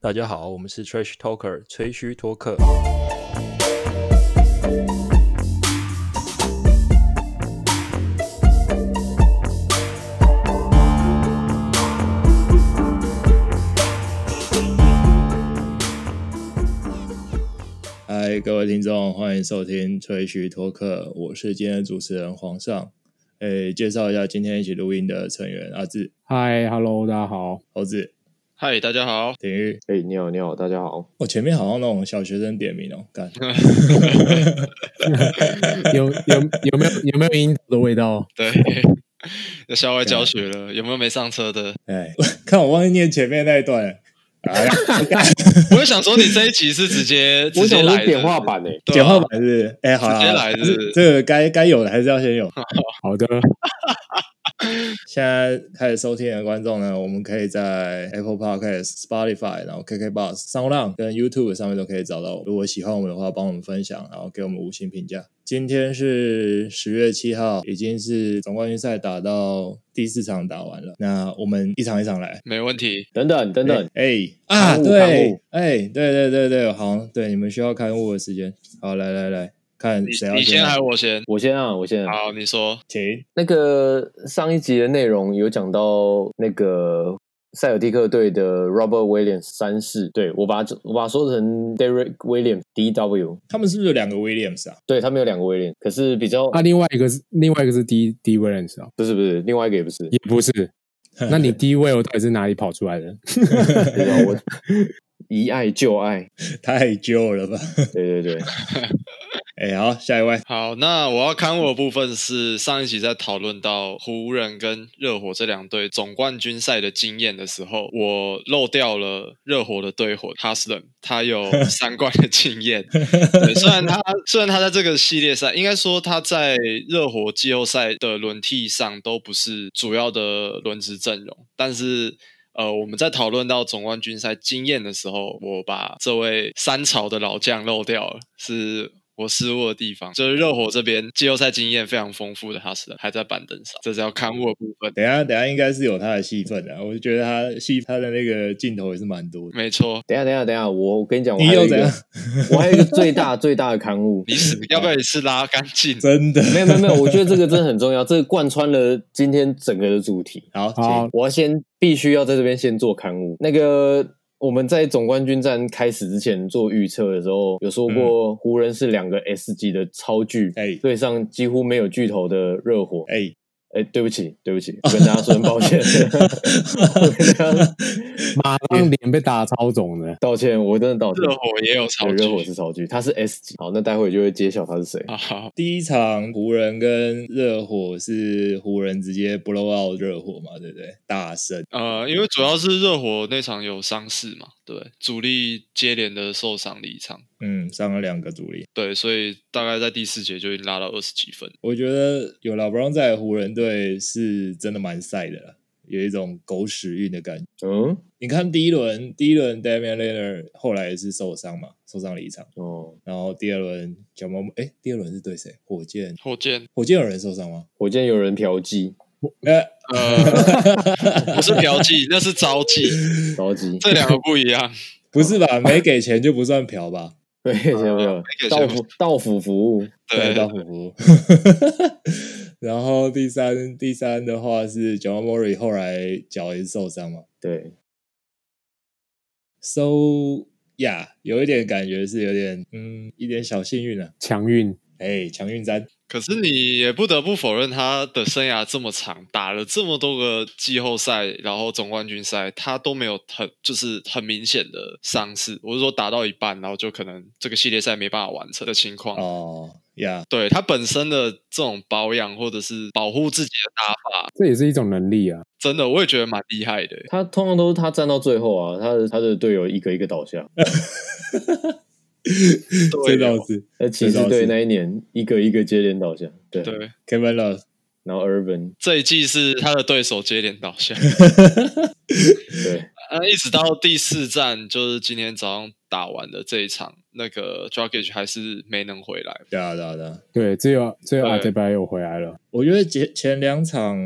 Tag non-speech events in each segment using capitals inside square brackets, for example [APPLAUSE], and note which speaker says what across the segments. Speaker 1: 大家好，我们是 Trash Talker 吹嘘托客。
Speaker 2: 嗨，各位听众，欢迎收听吹嘘托客，我是今天的主持人皇上。诶，介绍一下今天一起录音的成员阿志、
Speaker 3: 嗨，Hello，大家
Speaker 2: [LAUGHS]
Speaker 3: 好。
Speaker 2: 猴子、
Speaker 4: 嗨，大家
Speaker 5: [LAUGHS]
Speaker 4: 好。
Speaker 2: 鼎玉。
Speaker 5: 哎、你好，你好，大家好。
Speaker 2: 我、前面好像那种小学生点名哦，干，
Speaker 3: 有有有没有有没有樱桃的味道？
Speaker 4: 对， [LAUGHS] 校外教学
Speaker 5: 啊
Speaker 4: 了，有没有没上车的？ [LAUGHS]
Speaker 2: 哎，看我忘记念前面那一段了。哎呀，
Speaker 4: 我就想说，你这一集是直接
Speaker 5: [LAUGHS] 我
Speaker 4: 直接
Speaker 5: 想说
Speaker 4: 来的
Speaker 5: 点化版诶、
Speaker 4: 对啊
Speaker 2: 简化版是不是？哎，好啦
Speaker 4: 直接
Speaker 2: 好啦还
Speaker 4: 来是不
Speaker 2: 是
Speaker 4: 是
Speaker 2: 这个该该有的还是要先有。
Speaker 3: 好的，
Speaker 2: 现在开始收听的观众呢，我们可以在 Apple Podcast、Spotify、然后 KKBox、SoundOn 跟 YouTube 上面都可以找到我。如果喜欢我们的话，帮我们分享，然后给我们五星评价。今天是十月七号，已经是总冠军赛打到第四场打完了。那我们一场一场来。
Speaker 4: 没问题。
Speaker 5: 等等等等，
Speaker 2: 哎啊，
Speaker 5: 刊物刊
Speaker 2: 对
Speaker 5: 物，
Speaker 2: 哎，对对对对，好，对，你们需要刊物的时间。好，来来来，看
Speaker 4: 你
Speaker 2: 谁要
Speaker 4: 你先
Speaker 2: 来
Speaker 4: 还是我先？
Speaker 5: 我先啊，我先啊。
Speaker 4: 好，你说。
Speaker 2: 请
Speaker 5: 那个上一集的内容有讲到那个塞尔蒂克队的 Robert Williams 三世，对我把它我把它说成 Derek Williams DW，
Speaker 2: 他们是不是有两个 Williams 啊？
Speaker 5: 对他们有两个 Williams，可是比较、
Speaker 3: 那、另外一个是另外一个是 D D Williams 啊，
Speaker 5: 不是不是，另外一个也 [LAUGHS] 不是，
Speaker 3: 也不是。那你 D Will 到底是哪里跑出来的？
Speaker 5: 不知道我一爱就爱，
Speaker 2: [LAUGHS] 太旧了吧？
Speaker 5: 对对 [LAUGHS] 对，
Speaker 2: 哎，好，下一位。
Speaker 4: 好，那我要看我的部分是上一集在讨论到湖人跟热火这两队总冠军赛的经验的时候，我漏掉了热火的队火哈斯 s 他有三冠的经验。对，虽然他虽然他在这个系列赛，应该说他在热火季后赛的轮替上都不是主要的轮值阵容，但是。呃，我们在讨论到总冠军赛经验的时候，我把这位三朝的老将漏掉了，是我失误的地方。就是热火这边季后赛经验非常丰富的哈斯还在板凳上，这是要看护的部分。
Speaker 2: 等一下，等一下应该是有他的戏份的、啊我就觉得他戏他的那个镜头也是蛮多的。
Speaker 4: 没错，
Speaker 5: 等一下等一下等一下，我我跟你讲，我
Speaker 2: 你
Speaker 5: 哦还有
Speaker 2: 又
Speaker 5: 一
Speaker 2: 怎
Speaker 5: 个
Speaker 2: 样？
Speaker 5: [LAUGHS]
Speaker 2: [LAUGHS]
Speaker 5: 我还有一个最大最大的刊 [LAUGHS] 物，
Speaker 4: 你死要不要一次拉干
Speaker 5: [LAUGHS]
Speaker 4: 净？
Speaker 2: 真的
Speaker 5: 没有没有没有，我觉得这个真的很重要，这个贯穿了今天整个的主题。
Speaker 2: 好，
Speaker 3: 好
Speaker 2: 请，
Speaker 5: 我要先必须要在这边先做刊物。那个我们在总冠军战开始之前做预测的时候，有说
Speaker 4: 嗯
Speaker 5: 过湖人是两个 S 级的超巨，
Speaker 2: 哎
Speaker 5: 对上几乎没有巨头的热火。
Speaker 2: 哎、
Speaker 5: 哎，对不起，对不起，我跟大家说声抱
Speaker 4: [LAUGHS]
Speaker 5: 歉，我跟大家
Speaker 3: 马上脸被打超肿的。
Speaker 5: 道歉，我真的道歉
Speaker 4: 热。火也有超
Speaker 5: 对，
Speaker 4: 巨
Speaker 5: 热火是超巨，他是 S 级。好，那待会就会揭晓他是谁。
Speaker 4: 啊，好
Speaker 2: 第一场湖人跟热火是湖人直接 blow out 热火嘛，对不对？大胜，
Speaker 4: 呃，因为主要是热火那场有伤势嘛，对，主力接连的受伤离场，
Speaker 2: 嗯，上了两个主力。
Speaker 4: 对，所以大概在第四节就已经拉到二十几分。
Speaker 2: 我觉得有老布朗在的湖人队是真的蛮晒的啦，有一种狗屎运的感觉。
Speaker 5: 嗯，
Speaker 2: 你看第一轮，第一轮 Damian l e n a r 后来也是受伤嘛，受伤离场，
Speaker 5: 哦，
Speaker 2: 然后第二轮小毛，哎，第二轮是对谁？火箭，
Speaker 4: 火箭，
Speaker 2: 火箭有人受伤吗？
Speaker 5: 火箭有人嫖妓，
Speaker 2: 呃，
Speaker 4: 呃，不是嫖妓，那是招妓，[LAUGHS]
Speaker 5: 着急。
Speaker 4: 这两个不一样。
Speaker 2: 不是吧？没给钱就不算嫖吧？
Speaker 5: 对，没有没有
Speaker 4: 给，
Speaker 5: 到
Speaker 4: 钱
Speaker 5: 府到府服务，
Speaker 4: 对，
Speaker 2: 到虎符。 [LAUGHS] 然后第三第三的话是 j o h n m o r y 后来脚也是受伤嘛
Speaker 5: 对，
Speaker 2: ，so yeah，有一点感觉是有点嗯一点小幸运啊。
Speaker 3: 强运，
Speaker 2: 哎，强运三，
Speaker 4: 可是你也不得不否认，他的生涯这么长，打了这么多个季后赛，然后总冠军赛，他都没有很就是很明显的伤势。我是说，打到一半，然后就可能这个系列赛没办法完成的情况。
Speaker 2: 哦呀，
Speaker 4: 对他本身的这种保养或者是保护自己的打法，
Speaker 3: 这也是一种能力啊。
Speaker 4: 真的我也觉得蛮厉害的。欸
Speaker 5: 他通常都是他站到最后啊，他的他的队友一个一个倒下。
Speaker 2: [LAUGHS] 这
Speaker 4: 对
Speaker 2: 倒
Speaker 4: 哦
Speaker 2: 是
Speaker 5: 那骑
Speaker 2: 这倒
Speaker 5: 士
Speaker 2: 是
Speaker 5: 队那一年一个一个接连倒下，对，
Speaker 4: 对，
Speaker 2: Kevin Love，
Speaker 5: 然后 Urban
Speaker 4: 这一季是他的对手接连倒下。
Speaker 5: 对，
Speaker 4: 呃，一直到第四站，就是今天早上打完的这一场，那个 Dragic 还是没能回来。
Speaker 2: 对啊，对啊，对啊。
Speaker 3: 对，只有只有
Speaker 4: 对
Speaker 3: 阿德巴又回来了。
Speaker 2: 我觉得前前两场，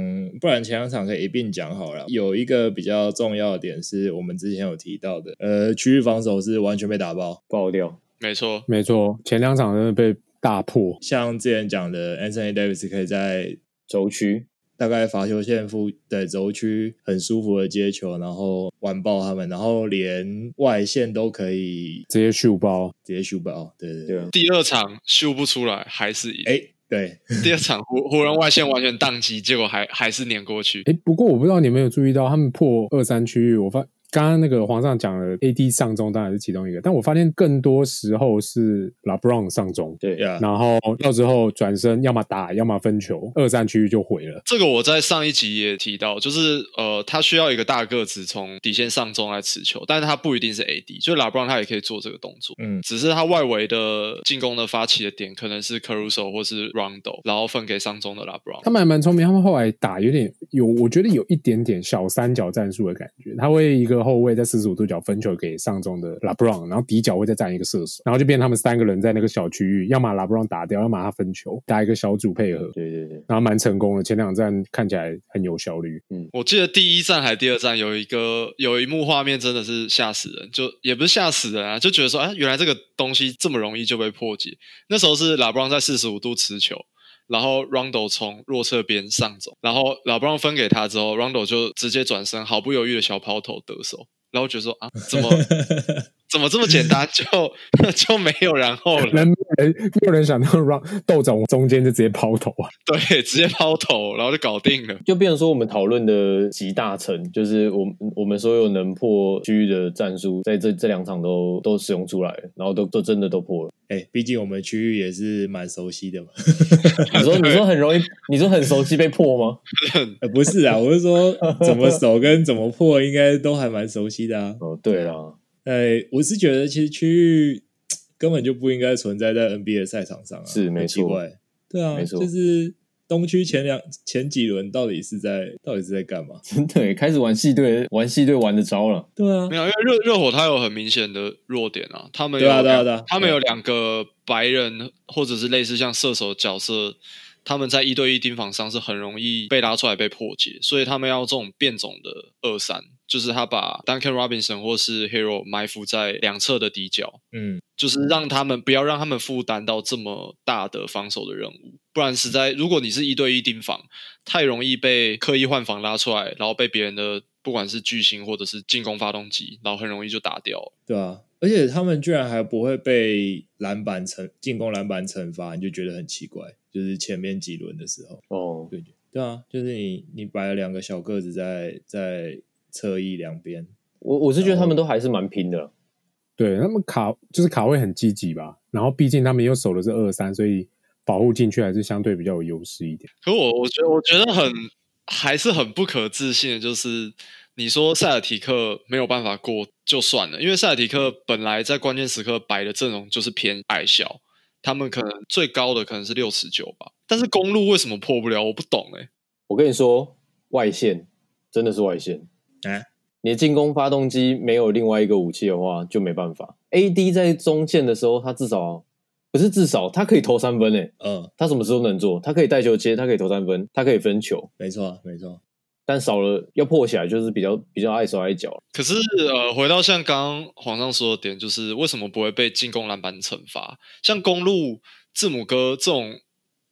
Speaker 2: 不然前两场可以一并讲好了。有一个比较重要的点是我们之前有提到的，呃，区域防守是完全被打爆。
Speaker 5: 爆掉。
Speaker 4: 没错，
Speaker 3: 没错，前两场真的被大破，
Speaker 2: 像之前讲的，Anthony Davis 可以在
Speaker 5: 轴区
Speaker 2: 大概罚球线附的轴区很舒服的接球，然后完爆他们，然后连外线都可以
Speaker 3: 直接秀包。
Speaker 2: 直接 s 爆。对对
Speaker 5: 对啊，
Speaker 4: 第二场修不出来，还是赢。
Speaker 2: 哎、对，
Speaker 4: 第二场湖湖人外线完全宕机，结果还还是碾过去。
Speaker 3: 哎，不过我不知道你们有没有注意到，他们破二三区域，我发刚刚那个皇上讲的 AD 上中当然是其中一个，但我发现更多时候是 LeBron 上中，
Speaker 5: 对
Speaker 2: 呀、
Speaker 3: 然后到之后转身要么打，要么分球，二三区域就毁了。
Speaker 4: 这个我在上一集也提到，就是呃，他需要一个大个子从底线上中来持球，但是他不一定是 AD，就拉布朗他也可以做这个动作，
Speaker 2: 嗯，
Speaker 4: 只是他外围的进攻的发起的点可能是 Caruso 或是 Rondo，然后分给上中的拉布朗
Speaker 3: 他。们还蛮聪明，他们后来打有点有，我觉得有一点点小三角战术的感觉。他会一个后卫在四十五度角分球给上中的 LeBron，然后底角会再站一个射手，然后就变成他们三个人在那个小区域，要么 LeBron 打掉，要么他分球，打一个小组配合，
Speaker 5: 对对对，
Speaker 3: 然后蛮成功的。前两站看起来很有效率，
Speaker 4: 我记得第一站还第二站有一个有一幕画面真的是吓死人，就也不是吓死人啊，就觉得说啊，原来这个东西这么容易就被破解。那时候是拉布朗在四十五度持球，然后 Rondo 从弱侧边上走，然后拉布朗分给他之后，Rondo 就直接转身，毫不犹豫的小抛投得手，然后觉得说啊，怎么怎么这么简单就 [LAUGHS] 就没有然后
Speaker 3: [LAUGHS]
Speaker 4: 了？
Speaker 3: 人没有人没有人想到让豆总中间就直接抛投啊，
Speaker 4: 对，直接抛投，然后就搞定了。
Speaker 5: 就变成说我们讨论的集大成，就是我们我们所有能破区域的战术，在这这两场都都使用出来了，然后都都真的都破了。
Speaker 2: 哎、毕竟我们区域也是蛮熟悉的嘛。 [LAUGHS]
Speaker 5: 你说你说很容易，你说很熟悉被破吗？
Speaker 2: 呃，不是啊，我是
Speaker 5: [LAUGHS]
Speaker 2: 说怎么守跟怎么破，应该都还蛮熟悉的啊。
Speaker 5: 哦，对啦， [LAUGHS]
Speaker 2: 呃，我是觉得其实区域根本就不应该存在在 NBA 的赛场上啊，
Speaker 5: 是
Speaker 2: 很
Speaker 5: 没
Speaker 2: 奇
Speaker 5: 错
Speaker 2: 怪对啊，
Speaker 5: 没错
Speaker 2: 就是东区前两前几轮到底是在到底是在干嘛？
Speaker 5: 真的耶开始玩系队，玩系队玩的招了。
Speaker 2: 对啊
Speaker 4: 没，有，因为热热火它有很明显的弱点啊，他们有
Speaker 2: 对啊对啊
Speaker 4: 两
Speaker 2: 对啊
Speaker 4: 他们有两个白人或者是类似像射手角色，他们在一对一盯防上是很容易被拉出来被破解，所以他们要这种变种的二三，就是他把 Duncan Robinson 或是 Hero 埋伏在两侧的底角，
Speaker 2: 嗯，
Speaker 4: 就是让他们不要让他们负担到这么大的防守的任务，不然实在如果你是一对一盯防，太容易被刻意换防拉出来，然后被别人的不管是巨星或者是进攻发动机，然后很容易就打掉了。
Speaker 2: 对啊，而且他们居然还不会被篮板惩进攻篮板惩罚，你就觉得很奇怪。就是前面几轮的时候，
Speaker 5: 哦，
Speaker 2: 对对啊，就是你你摆了两个小个子在在侧翼两边，
Speaker 5: 我我是觉得他们都还是蛮拼的啦。
Speaker 3: 对他们卡就是卡位很积极吧，然后毕竟他们又守的是二三，所以保护禁区还是相对比较有优势一点。
Speaker 4: 可我我觉得我觉得很还是很不可置信的，就是你说塞尔提克没有办法过就算了，因为塞尔提克本来在关键时刻摆的阵容就是偏矮小，他们可能最高的可能是六尺九吧，但是公路为什么破不了？我不懂哎、
Speaker 5: 我跟你说，外线真的是外线。
Speaker 2: 啊
Speaker 5: 你的进攻发动机没有另外一个武器的话，就没办法。AD 在中线的时候，他至少不是至少，他可以投三分诶，
Speaker 2: 嗯，
Speaker 5: 他什么事都能做，他可以带球接，他可以投三分，他可以分球，
Speaker 2: 没错啊没错，
Speaker 5: 但少了要破起来就是比较比较碍手碍脚。
Speaker 4: 可是，呃，回到像刚刚皇上说的点，就是为什么不会被进攻篮板惩罚？像公路、字母哥这种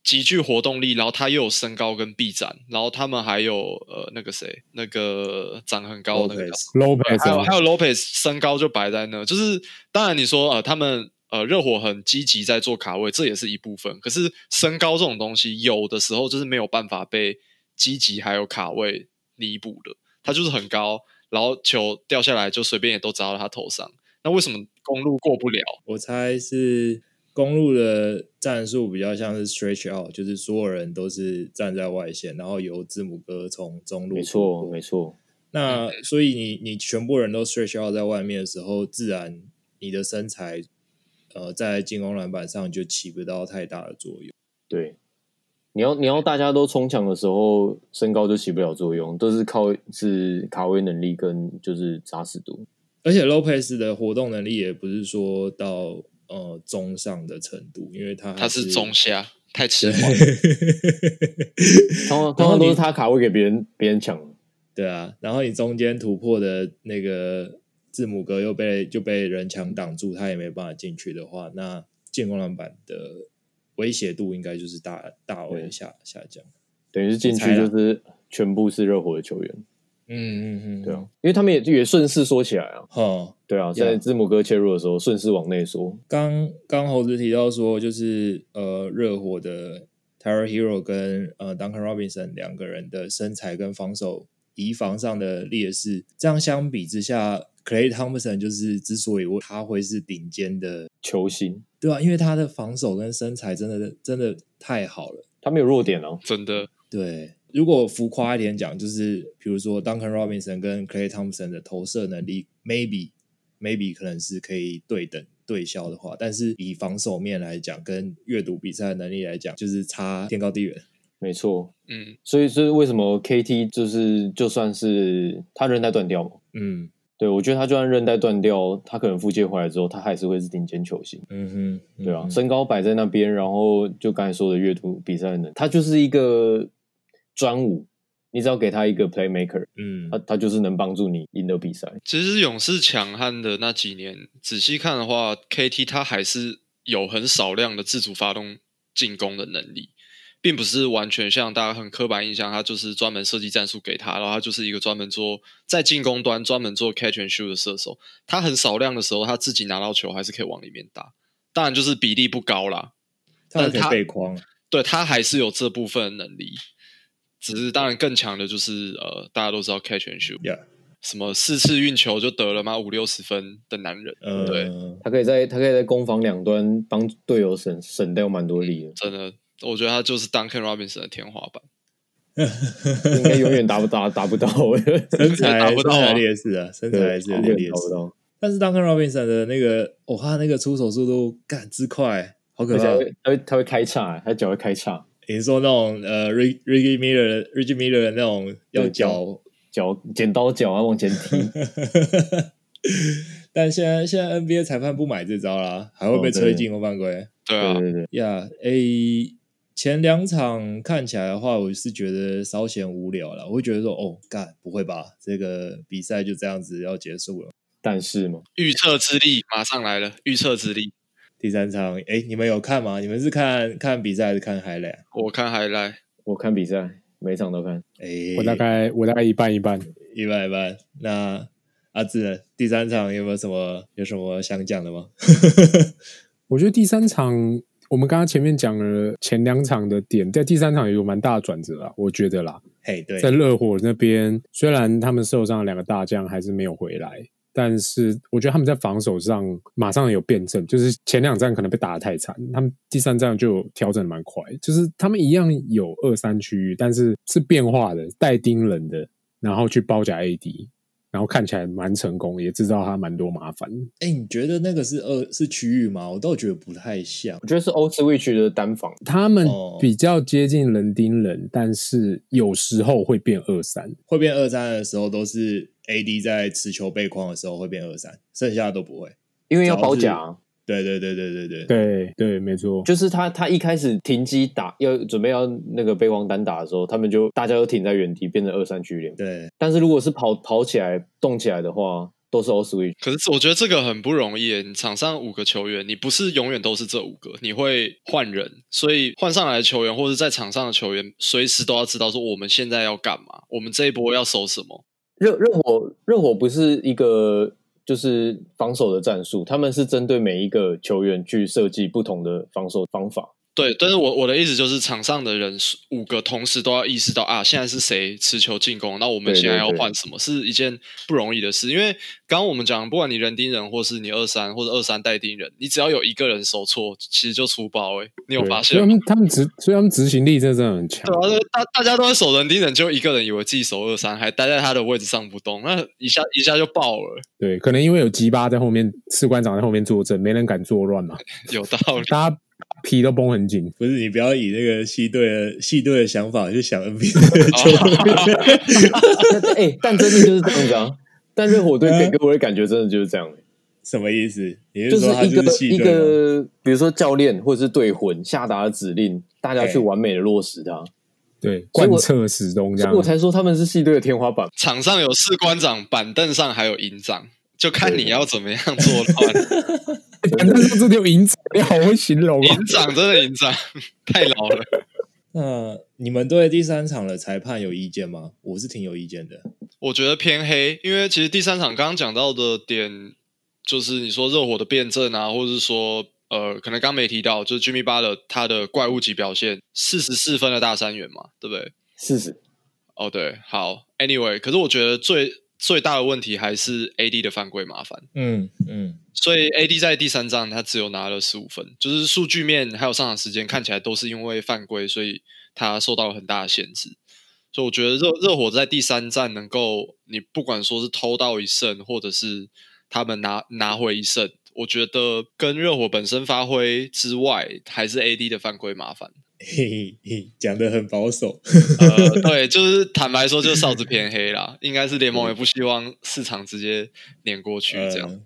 Speaker 4: 极具活动力，然后他又有身高跟臂展，然后他们还有呃那个谁，那个长很高的那个叫
Speaker 2: Lopez
Speaker 3: Lopez
Speaker 4: 还有
Speaker 3: 啊
Speaker 4: 还有 Lopez 身高就摆在那，就是当然你说呃他们呃热火很积极在做卡位，这也是一部分。可是身高这种东西，有的时候就是没有办法被积极还有卡位弥补的，他就是很高，然后球掉下来就随便也都砸到他头上。那为什么公路过不了？
Speaker 2: 我猜是公路的战术比较像是 stretch out，就是所有人都是站在外线，然后由字母哥从中路。
Speaker 5: 没错，没。错，
Speaker 2: 那
Speaker 4: 嗯
Speaker 2: 所以你你全部人都 stretch out 在外面的时候，自然你的身材呃在进攻篮板上就起不到太大的作用。
Speaker 5: 对，你要你要大家都冲抢的时候，身高就起不了作用，都是靠是卡位能力跟就是扎实度。
Speaker 2: 而且 Lopez 的活动能力也不是说到呃中上的程度，因为他
Speaker 4: 他
Speaker 2: 还
Speaker 4: 是
Speaker 2: 是
Speaker 4: 中下，太迟缓。
Speaker 5: 通
Speaker 2: 然后
Speaker 5: 常通常
Speaker 2: 你
Speaker 5: 都是他卡位给别人别人抢，
Speaker 2: [LAUGHS] 对啊，然后你中间突破的那个字母哥又被就被人墙挡住，他也没办法进去的话，那进攻篮板的威胁度应该就是大大为下下降。
Speaker 5: 等于是进去就是全部是热火的球员，
Speaker 2: 嗯嗯嗯，
Speaker 5: 对啊，，因为他们也也顺势缩起来啊，
Speaker 2: 好。
Speaker 5: 对啊，
Speaker 2: Yeah
Speaker 5: 在字母哥切入的时候顺势往内缩，
Speaker 2: 刚刚猴子提到说，就是呃，热火的 t y r e Hero 跟呃 Duncan Robinson 两个人的身材跟防守移防上的劣势，这样相比之下，Clay Thompson 就是之所以我他会是顶尖的，
Speaker 5: 球星
Speaker 2: 对啊，因为他的防守跟身材真的真的太好了。
Speaker 5: 他没有弱点啊，
Speaker 4: 真的，
Speaker 2: 对，如果浮夸一点讲，就是比如说 Duncan Robinson 跟 Clay Thompson 的投射能力，maybe maybe 可能是可以对等对消的话，但是以防守面来讲，跟阅读比赛能力来讲，就是差天高地远。
Speaker 5: 没错。
Speaker 4: 嗯，
Speaker 5: 所以所以为什么 KT 就是就算是他韧带断掉嘛，
Speaker 2: 嗯
Speaker 5: 对我觉得他就算韧带断掉，他可能复健回来之后，他还是会是顶尖球星。
Speaker 2: 嗯哼，
Speaker 5: 对啊，
Speaker 2: 嗯哼
Speaker 5: 身高摆在那边，然后就刚才说的阅读比赛能，他就是一个专武，你只要给他一个 playmaker，
Speaker 2: 嗯
Speaker 5: 他他就是能帮助你赢得比赛。
Speaker 4: 其实勇士强悍的那几年，仔细看的话，KT 他还是有很少量的自主发动进攻的能力，并不是完全像大家很刻板印象，他就是专门设计战术给他，然后他就是一个专门做在进攻端专门做 catch and shoot 的射手。他很少量的时候，他自己拿到球还是可以往里面打，当然就是比例不高啦，
Speaker 2: 他还可
Speaker 4: 但他
Speaker 2: 以背框，
Speaker 4: 对他还是有这部分的能力。只是当然更强的就是呃，大家都知道 catch and shoot，
Speaker 2: Yeah
Speaker 4: 什么四次运球就得了吗？五六十分的男人，
Speaker 2: 呃，
Speaker 4: 对，
Speaker 5: 他可以在他可以在攻防两端帮队友省省掉蛮多力
Speaker 4: 真的，我觉得他就是 Duncan Robinson 的天花板。
Speaker 5: 的， [LAUGHS] 应该
Speaker 2: [LAUGHS]
Speaker 5: 永远达不达达不到，
Speaker 2: 身材
Speaker 4: 达不到啊
Speaker 2: 身材劣势啊，身材还是有
Speaker 5: 永
Speaker 2: 点
Speaker 5: 远
Speaker 2: 劣
Speaker 5: 达不
Speaker 2: 势。
Speaker 5: 到，
Speaker 2: 但是 Duncan Robinson 的那个，哇、他那个出手速度干之快，好可
Speaker 5: 而且
Speaker 2: 怕啊
Speaker 5: 他！会他会他会开叉，他脚会开叉，
Speaker 2: 你说那种呃，Rig- Ricky Miller、Ricky Miller 的那种要
Speaker 5: 对
Speaker 2: 脚，
Speaker 5: 脚剪刀脚啊往
Speaker 2: [LAUGHS]
Speaker 5: 前踢，
Speaker 2: 但现在现在 NBA 裁判不买这招啦，还会被
Speaker 5: 哦对
Speaker 2: 吹进攻犯规。
Speaker 4: 对啊
Speaker 5: 对，对对，
Speaker 2: 呀，诶，前两场看起来的话，我是觉得稍显无聊了，我会觉得说，哦，干，不会吧，这个比赛就这样子要结束了。
Speaker 5: 但是嘛，
Speaker 4: 预测之力马上来了，预测之力。
Speaker 2: 第三场，诶，你们有看吗？你们是看看比赛还是看 highlight？
Speaker 4: 我看 highlight，
Speaker 5: 我看比赛每场都看，
Speaker 2: 诶，
Speaker 3: 我大概我大概一半一半。
Speaker 2: 一般一般。那阿志呢？第三场有没有什么有什么想讲的吗？ [LAUGHS]
Speaker 3: 我觉得第三场我们刚刚前面讲了前两场的点，在第三场有蛮大的转折啊，我觉得啦，
Speaker 2: 嘿，对，
Speaker 3: 在热火那边虽然他们受伤了两个大将还是没有回来。但是我觉得他们在防守上马上有辩证，就是前两站可能被打得太惨，他们第三站就调整得蛮快，就是他们一样有二三区域，但是是变化的，带盯人的，然后去包夹 AD，然后看起来蛮成功，也制造他蛮多麻烦。
Speaker 2: 哎、你觉得那个是二是区域吗？我倒觉得不太像。
Speaker 5: 我觉得是 o s w i c h 的单防，
Speaker 3: 他们
Speaker 2: 哦
Speaker 3: 比较接近人盯人，但是有时候会变二三。
Speaker 2: 会变二三的时候，都是 AD 在持球背框的时候会变二三，剩下的都不会。
Speaker 5: 因为要包
Speaker 2: 主
Speaker 5: 夹
Speaker 2: 要是
Speaker 5: 啊、
Speaker 2: 对对对对对对，
Speaker 3: 对对，没错。
Speaker 5: 就是他他一开始停机打要准备要那个背光单打的时候，他们就大家都停在原地，变成二三区联盟。
Speaker 2: 对
Speaker 5: 但是如果是跑跑起来动起来的话，都是 O switch，
Speaker 4: 可是我觉得这个很不容易耶。你场上五个球员，你不是永远都是这五个，你会换人，所以换上来的球员或者在场上的球员，随时都要知道说我们现在要干嘛，我们这一波要守什么。
Speaker 5: 热热火热火不是一个就是防守的战术，他们是针对每一个球员去设计不同的防守方法。 [LAUGHS]
Speaker 4: 对，但是我我的意思就是，场上的人是五个同时都要意识到啊，现在是谁持球进攻，那我们
Speaker 5: 对对
Speaker 4: 现在要
Speaker 5: 对
Speaker 4: 换什么，是一件不容易的事。因为刚刚我们讲，不管你人盯人，或是你二三或者二三带盯人，你只要有一个人手错，其实就出包、欸。你有
Speaker 3: 对
Speaker 4: 发
Speaker 3: 所以他
Speaker 4: 现吗？
Speaker 3: 们他们执，所以他们执行力真的真的很强
Speaker 4: 对。啊，大大家都在守人盯人，就一个人以为自己守二三，还待在他的位置上不动，那一下一下就爆了，
Speaker 3: 对，可能因为有吉巴在后面，士官长在后面坐镇，没人敢作乱嘛。
Speaker 5: [LAUGHS]
Speaker 4: 有道理。
Speaker 3: 大家皮都绷很紧。
Speaker 2: 不是你不要以那个系队的系队的想法去想 NBA 的球员。
Speaker 5: 但哎、但真的就是这样子啊。但热火队
Speaker 2: 嗯
Speaker 5: 给给我的感觉真的就是这样、
Speaker 2: [LAUGHS]
Speaker 5: 欸
Speaker 2: 什么意思？你
Speaker 5: 就是
Speaker 2: 说他
Speaker 5: 一个
Speaker 2: 是系
Speaker 5: 一
Speaker 2: 队吗？
Speaker 5: 个，比如说教练或者是队魂下达的指令，大家去
Speaker 2: 哎
Speaker 5: 完美的落实它，
Speaker 3: 对，
Speaker 5: 所以
Speaker 3: 贯
Speaker 5: 我
Speaker 3: 彻始终这
Speaker 5: 所
Speaker 3: 样
Speaker 5: 以我。才说他们是系队的天花板。
Speaker 4: [LAUGHS] 场上有士官长，板凳上还有营长，就看你要怎么样作乱。
Speaker 3: 反正这只有银子，你好会形容啊！
Speaker 4: 营长真的营长 [LAUGHS] 太老了，
Speaker 2: 那你们对第三场的裁判有意见吗？我是挺有意见的。
Speaker 4: 我觉得偏黑，因为其实第三场刚刚讲到的点，就是你说热火的辩证啊，或者是说呃，可能刚没提到，就是 Jimmy Butler 他的怪物级表现，四十四分的大三元嘛，对不对？
Speaker 5: 事实
Speaker 4: 哦，对，好，Anyway，可是我觉得最最大的问题还是 AD 的犯规麻烦，
Speaker 2: 嗯嗯，
Speaker 4: 所以 AD 在第三仗他只有拿了十五分，就是数据面还有上场时间看起来都是因为犯规，所以他受到了很大的限制。所以我觉得热热火在第三战能够，你不管说是偷到一胜，或者是他们拿拿回一胜，我觉得跟热火本身发挥之外，还是 AD 的犯规麻烦。
Speaker 2: 嘿嘿嘿， [LAUGHS] 讲的很保守。
Speaker 4: 呃，对，就是坦白说，就是哨子偏黑啦，应该是联盟也不希望市场直接碾过去这样，
Speaker 2: 嗯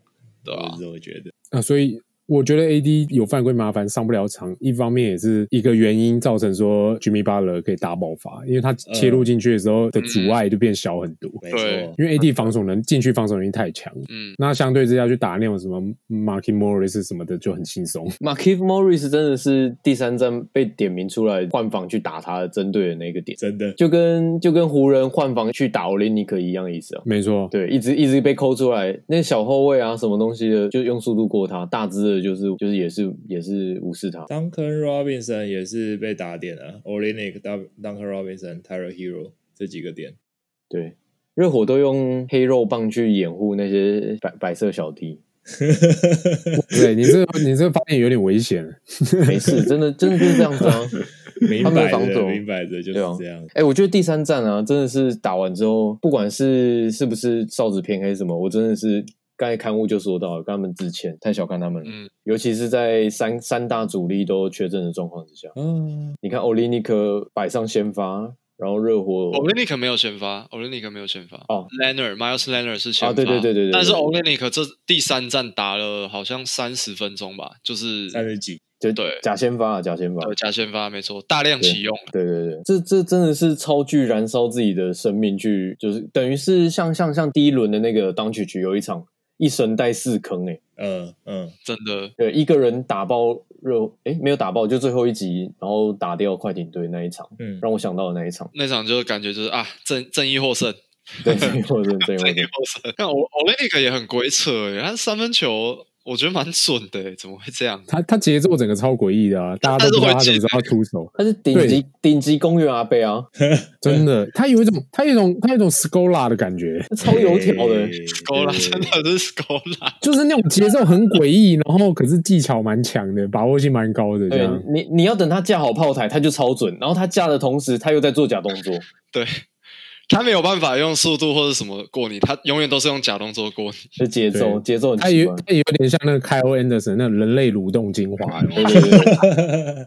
Speaker 4: 对吧、
Speaker 2: 我是这么觉得。
Speaker 3: 啊，所以我觉得 AD 有犯规麻烦上不了场，一方面也是一个原因造成说 Jimmy Butler 可以大爆发，因为他
Speaker 5: 嗯
Speaker 3: 切入进去的时候的阻碍就变小很多。
Speaker 2: 没
Speaker 4: 对
Speaker 2: 错，
Speaker 3: 因为 AD 防守能进去防守能力太强，
Speaker 4: 嗯，
Speaker 3: 那相对之下去打那种什么 Marky Morris 什么的就很轻松。
Speaker 5: m a r k i v Morris 真的是第三站被点名出来换防去打他针对的那个点，
Speaker 2: 真的。
Speaker 5: 就跟就跟湖人换防去打奥林尼克一样意思啊。
Speaker 3: 没错，
Speaker 5: 对，一直一直被抠出来，那小后卫啊，什么东西的，就用速度过他，大只的，就是就是也是也是无视他。
Speaker 2: Duncan Robinson 也是被打点了 o l i n i c Duncan Robinson、Tyler Hero 这几个点。 [LAUGHS]
Speaker 5: 对，热火都用黑肉棒去掩护那些白白色小弟，
Speaker 3: 对你这个你这个发言有点危险。
Speaker 5: 没事，真的真的就是这样子啊。
Speaker 2: 明
Speaker 5: 他们
Speaker 2: 摆
Speaker 5: 的防
Speaker 2: 着，
Speaker 5: 守
Speaker 2: 明摆着就是
Speaker 5: 对啊
Speaker 2: 这样。
Speaker 5: 哎、我觉得第三站啊，真的是打完之后，不管是是不是哨子偏黑什么，我真的是刚才刊物就说到了，跟他们之前太小看他们了，
Speaker 4: 嗯
Speaker 5: 尤其是在三三大主力都缺阵的状况之下，
Speaker 2: 嗯，
Speaker 5: 你看欧利尼克摆上先发，然后热火
Speaker 4: o l i n i k 没有先发 o l i n i k 没有先发，
Speaker 5: 哦
Speaker 4: l e n n a r d Miles Leonard 是先发，
Speaker 5: 啊对对对对对对
Speaker 4: 但是 o l i n i k 这第三战打了好像三十分钟吧，就是
Speaker 2: 三十几，
Speaker 5: 就
Speaker 4: 对
Speaker 5: 假先发啊，假先发，
Speaker 4: 呃加先发没错，大量启用，啊
Speaker 5: 对对对，这这真的是超巨燃烧自己的生命去，就是等于是像像像第一轮的那个当曲曲有一场一神带四坑哎、
Speaker 2: 嗯嗯，
Speaker 4: 真的
Speaker 5: 对，一个人打爆热哎没有打爆，就最后一集然后打掉快艇队那一场，
Speaker 2: 嗯
Speaker 5: 让我想到的那一场，
Speaker 4: 那场就是感觉就是啊，正正义获胜，
Speaker 5: 对，最后真的最后
Speaker 4: 正义获胜。那 o l i n i k 也很鬼扯欸，他三分球我觉得蛮准的欸，怎么会这样？
Speaker 3: 他他节奏整个超诡异的啊，大家都不知道他怎么知道出手，
Speaker 5: 他是顶级顶级公园阿贝啊，
Speaker 3: 真的，他有一种他有一种他有一种 Scola 的感觉，
Speaker 5: 他超油条的，
Speaker 2: 哎
Speaker 4: 勾拉
Speaker 2: 对
Speaker 4: 真的是勾拉，
Speaker 3: 就是那种节奏很诡异，然后可是技巧蛮强的，把握性蛮高的这
Speaker 5: 对
Speaker 3: 样。
Speaker 5: 你你要等他架好炮台，他就超准，然后他架的同时他又在做假动作，
Speaker 4: 对他没有办法用速度或者什么过你，他永远都是用假动作过你。
Speaker 5: 就节奏
Speaker 3: 对
Speaker 5: 节奏很
Speaker 3: 他
Speaker 5: 奇
Speaker 3: 也
Speaker 5: 怪。
Speaker 3: 他也有点像那个 Kyle Anderson 那种人类蠕动精华，有没有
Speaker 5: 对对对对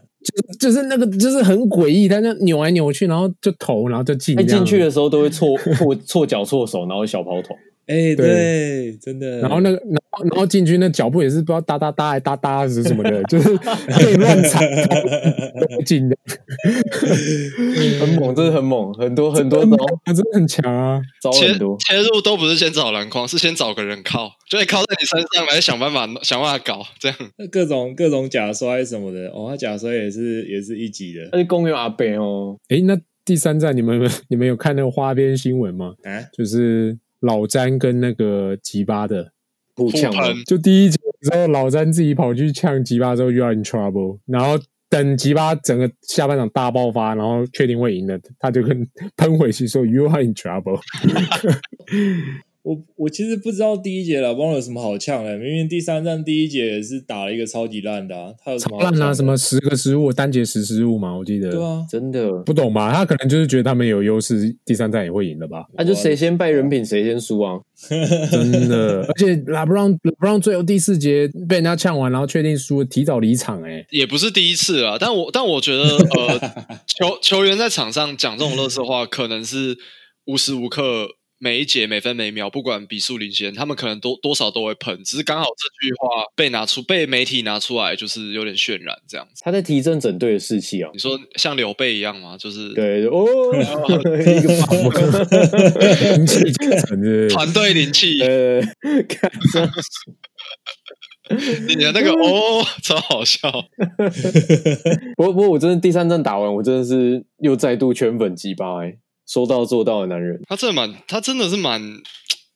Speaker 3: 就是那个就是很诡异，他就扭来扭去，然后就投，然后就进
Speaker 5: 哎，
Speaker 3: 这样
Speaker 5: 进去的时候都会错错错脚错手，然后小
Speaker 3: [LAUGHS]
Speaker 5: 抛投，
Speaker 2: 哎，对，真的。
Speaker 3: 然后那个，然后然后进去那脚步也是不知道哒哒哒还哒哒是什么的，
Speaker 5: [LAUGHS]
Speaker 3: 就是可以乱踩进的，
Speaker 5: 很猛，真的很猛，很多很多
Speaker 3: 真
Speaker 5: 招
Speaker 3: 的嗯 [LAUGHS] 真的很强啊！
Speaker 5: 招
Speaker 4: 切
Speaker 5: 很多。
Speaker 4: 切入都不是先找篮筐，是先找个人靠，就会靠在你身上来想办法想办法搞这样。
Speaker 2: 那各种各种假摔什么的，哦，他假摔也是也是一级的
Speaker 5: 他是公园阿北哦，
Speaker 3: 诶，那第三站你们有没 [LAUGHS] 有你们有看那个花边新闻吗？
Speaker 2: 啊，
Speaker 3: 就是老詹跟那个吉巴的，
Speaker 5: 互呛哦
Speaker 4: 互
Speaker 5: 吗
Speaker 4: 喷
Speaker 3: 就第一节的时候老詹自己跑去呛吉巴之后 you are in trouble，然后。等吉巴整个下半场大爆发，然后 [LAUGHS]
Speaker 2: [LAUGHS]
Speaker 3: 确定会赢了，他就跟喷回去说 “You are in trouble”。
Speaker 2: 我我其实不知道第一节老邦有什么好呛的，明明第三站第一节也是打了一个超级烂的、啊，他有什么
Speaker 3: 超
Speaker 2: 好呛
Speaker 3: 烂
Speaker 2: 的
Speaker 3: 啊，什么十个失误，单节十失误嘛，我记得。
Speaker 2: 对啊，
Speaker 5: 真的，
Speaker 3: 不懂吧？他可能就是觉得他们有优势，第三站也会赢的吧？
Speaker 5: 啊那、就谁先败人品谁先输啊？
Speaker 3: [LAUGHS] 真的，而且拉布朗拉布朗最后第四节被人家呛完，然后确定输，提早离场、欸， [LAUGHS]
Speaker 4: 也不是第一次啊，但我但我觉得，
Speaker 5: [LAUGHS]
Speaker 4: 呃，球球员在场上讲这种乐色话，可能是无时无刻、每一节、每分每秒，不管比数领先，他们可能多多少都会喷，只是刚好这句话被拿出被媒体拿出来，就是有点渲染这样子。
Speaker 5: 他在提振整队的士气啊
Speaker 4: 你。说像刘备一样吗？就是
Speaker 5: 对哦，一个棒
Speaker 3: 哎，名气加成是不是
Speaker 4: 团队灵气，
Speaker 5: 呃，看
Speaker 4: 你的那个哦，超好笑。
Speaker 5: 不过不过我真的第三站打完，我真的是又再度圈粉鸡巴哎，说到做到的男人。
Speaker 4: 他真的蛮，他真的是蛮，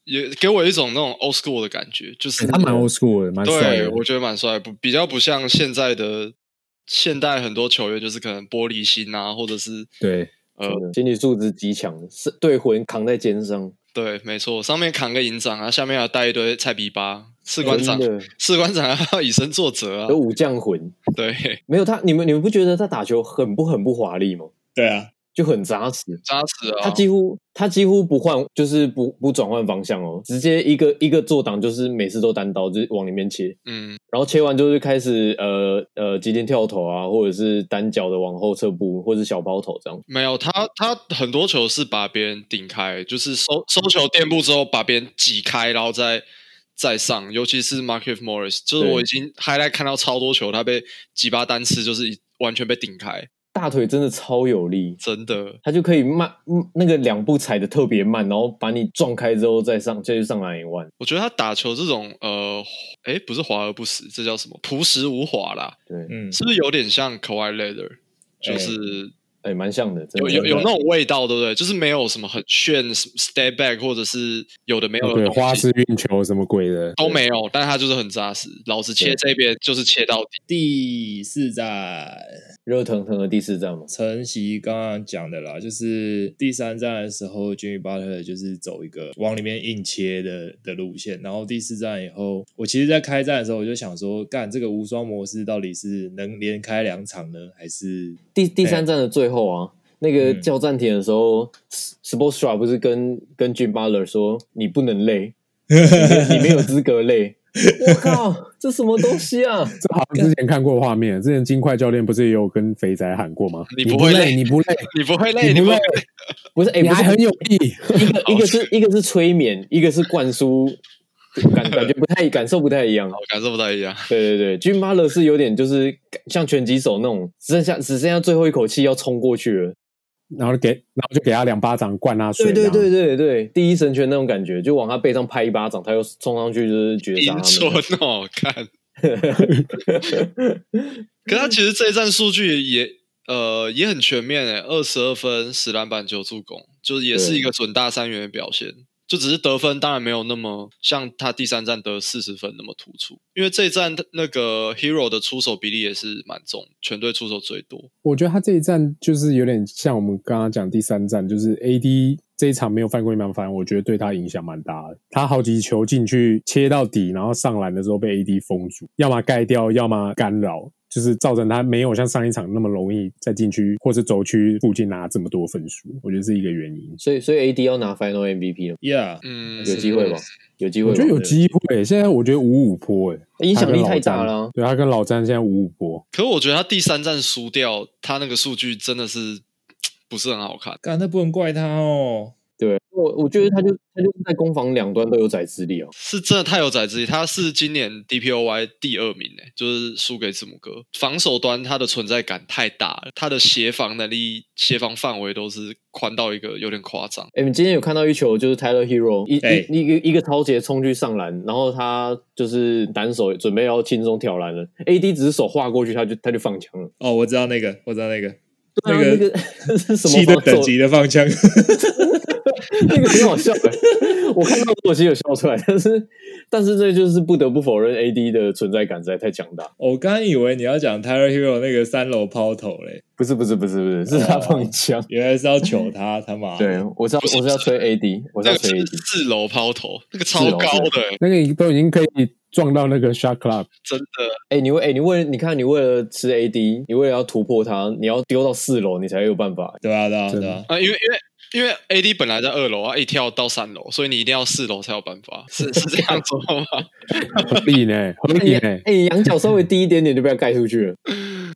Speaker 4: 也给我一种那种 old school 的感觉，就是
Speaker 3: 欸他蛮 old school 的，蛮帅
Speaker 4: 对，
Speaker 3: 的。
Speaker 4: 我觉得蛮帅，不比较不像现在的现代很多球员，就是可能玻璃心啊，或者是
Speaker 3: 对，
Speaker 4: 呃，
Speaker 5: 真的心理素质极强，是对魂扛在肩上，
Speaker 4: 对，没错，上面扛个营长啊，下面还带一堆菜皮巴，士官长
Speaker 3: 哎
Speaker 5: 真，的
Speaker 4: 士官长还要以身作则啊
Speaker 5: 有，武将魂。
Speaker 4: 对， [LAUGHS]
Speaker 5: 没有他，你们你们不觉得他打球很不很不华丽吗？
Speaker 2: 对啊，
Speaker 5: 就很扎实，
Speaker 4: 扎实啊，
Speaker 5: 他几乎他几乎不换，就是不不转换方向哦，直接一个一个做挡，就是每次都单刀，就是往里面切，
Speaker 4: 嗯，
Speaker 5: 然后切完就是开始呃呃极限跳投啊，或者是单脚的往后撤步，或者是小抛投这样。
Speaker 4: 没有他，他很多球是把别人顶开，就是
Speaker 3: 嗯
Speaker 4: 收收球垫步之后把别人挤开，然后再再上。尤其是 Markif Morris，就是
Speaker 5: 对
Speaker 4: 我已经 highlight 看到超多球，他被几巴单吃，就是一完全被顶开，
Speaker 5: 大腿真的超有力，
Speaker 4: 真的。
Speaker 5: 他就可以慢嗯那个两步踩的特别慢，然后把你撞开之后再上，再去上篮一万。
Speaker 4: 我觉得他打球这种呃，哎，不是华而不实，这叫什么？朴实无华啦，
Speaker 5: 对，
Speaker 2: 嗯，
Speaker 4: 是不是有点像 k a w i Leather？就是
Speaker 5: 哎，蛮像的，真
Speaker 4: 有
Speaker 5: 的
Speaker 4: 有有
Speaker 5: 真
Speaker 4: 那
Speaker 5: 的
Speaker 4: 种味道，对不对？就是没有什么很炫 step back，或者是有的没有的
Speaker 3: 哦对，
Speaker 4: 东西
Speaker 3: 花式运球什么鬼的，
Speaker 4: 都没有，但他就是很扎实，老子切这边就是切到底。
Speaker 2: 第四站
Speaker 5: 热腾腾的第四站嘛。
Speaker 2: 晨曦刚刚讲的啦，就是第三站的时候，Jimmy Butler 就是走一个往里面硬切的的路线，然后第四站以后，我其实，在开战的时候我就想说，干这个无双模式到底是能连开两场呢，还是
Speaker 5: 第第三站的最后啊，那个
Speaker 4: 嗯
Speaker 5: 叫暂停的时候、s p o r t s t r a 不是跟跟 Jim Butler 说你不
Speaker 4: [LAUGHS]
Speaker 5: 能累，你没有资格累。我靠，这什么东西啊？
Speaker 3: 这好像之前看过画面，之前金块教练不是也有跟肥仔喊过吗？
Speaker 4: 你
Speaker 3: 不
Speaker 4: 不会累
Speaker 3: 你不累，
Speaker 4: 你不会累，
Speaker 3: 你
Speaker 4: 你
Speaker 3: 不
Speaker 4: 不
Speaker 3: 累
Speaker 4: 会，
Speaker 5: 不是，哎、
Speaker 3: 你
Speaker 5: 不
Speaker 3: 还很
Speaker 5: 是
Speaker 3: 有力。
Speaker 5: 一个一个是一个是催眠，一个是灌输，感感觉不太感受不太一样。
Speaker 4: 我感受不太一样。
Speaker 5: 对对对，Jim Butler 是有点就是像拳击手那种，只剩下只剩下最后一口气要冲过去了。
Speaker 3: [LAUGHS] 然后给，然后就给他两巴掌，灌他水。
Speaker 5: 对对
Speaker 3: 这
Speaker 5: 对
Speaker 3: 样，
Speaker 5: 对对，第一神拳那种感觉，就往他背上拍一巴掌，他又冲上去就是绝杀他
Speaker 4: 银
Speaker 5: 们。
Speaker 4: 春哦，
Speaker 5: [LAUGHS]
Speaker 4: 看，可他其实这一站数据也呃也很全面诶，二十二分、十篮板、九助攻，就是也是
Speaker 5: 对
Speaker 4: 一个准大三元的表现。就只是得分当然没有那么像他第三站得四十分那么突出，因为这一站那个 Hero 的出手比例也是蛮重，全队出手最多。
Speaker 3: 我觉得他这一站就是有点像我们刚刚讲第三站，就是 AD 这一场没有犯规蛮烦，我觉得对他影响蛮大的。他好几球进去切到底，然后上篮的时候被 AD 封住，要么盖掉，要么干扰。就是造成他没有像上一场那么容易在禁区或是轴区附近拿这么多分数，我觉得是一个原因。
Speaker 5: 所以所以 AD 要拿 Final MVP 了，
Speaker 2: Yeah？
Speaker 4: 嗯，
Speaker 5: 有机会吧？有机会吧，
Speaker 3: 我觉得有机会。现在我觉得五五波，哎，
Speaker 5: 影响
Speaker 3: 他
Speaker 5: 力
Speaker 3: 跟老
Speaker 5: 太大
Speaker 3: 詹
Speaker 5: 了啊。
Speaker 3: 对他跟老詹现在五五波，
Speaker 4: 可我觉得他第三站输掉，他那个数据真的是不是很好看。
Speaker 2: 干那不能怪他哦。
Speaker 5: 对我我觉得他就他就是在攻防两端都有宰之力哦。
Speaker 4: 是真的太有宰之力，他是今年 DPOY 第二名诶，就是输给字母哥。防守端他的存在感太大了，他的协防能力、协防范围都是宽到一个有点夸张。
Speaker 5: 哎，你今天有看到一球就是 Tyler Hero 一
Speaker 2: 哎
Speaker 5: 一一个一个超节冲去上篮，然后他就是单手准备要轻松挑篮了，AD 只是手划过去，他就他就放枪了。
Speaker 2: 哦，我知道那个，我知道那个，
Speaker 5: 对
Speaker 2: 那
Speaker 5: 啊，那
Speaker 2: 个
Speaker 5: 个 [LAUGHS] 这是什
Speaker 2: 气的
Speaker 5: 么防守
Speaker 2: 等级的放枪，
Speaker 5: 那个很好笑的，我看到我其实有笑出来，但是但是这就是不得不否认 AD 的存在感实在太强大。
Speaker 2: [LAUGHS] 我刚以为你要讲 Tyler Hero 那个三楼抛投嘞，
Speaker 5: 不是不是不是不是，是他放枪。
Speaker 2: 原来是要求他他妈的。
Speaker 5: 对，我是要我是要吹 AD，我
Speaker 4: 那
Speaker 5: 是要
Speaker 4: 个
Speaker 5: 吹
Speaker 4: 是
Speaker 5: AD。
Speaker 4: 四楼抛投，那个超高
Speaker 5: 四楼
Speaker 4: 的，欸
Speaker 3: 那个都已经可以撞到那个 shot club，
Speaker 4: 真的。
Speaker 5: 哎、你为哎、你为你看你为了吃 AD，你为了要突破它，你要丢到四楼，你才有办法。
Speaker 2: 对啊，对啊，
Speaker 3: 真
Speaker 2: 对
Speaker 3: 的
Speaker 2: 啊，
Speaker 4: 啊，因为因为因为 AD 本来在二楼啊，一跳到三楼，所以你一定要四楼才有办法，是是这样做
Speaker 5: [LAUGHS]
Speaker 4: 吗？
Speaker 3: 合理呢，合
Speaker 5: 哎、
Speaker 3: 理呢。
Speaker 5: 哎仰角稍微低一点点就被它盖出去了。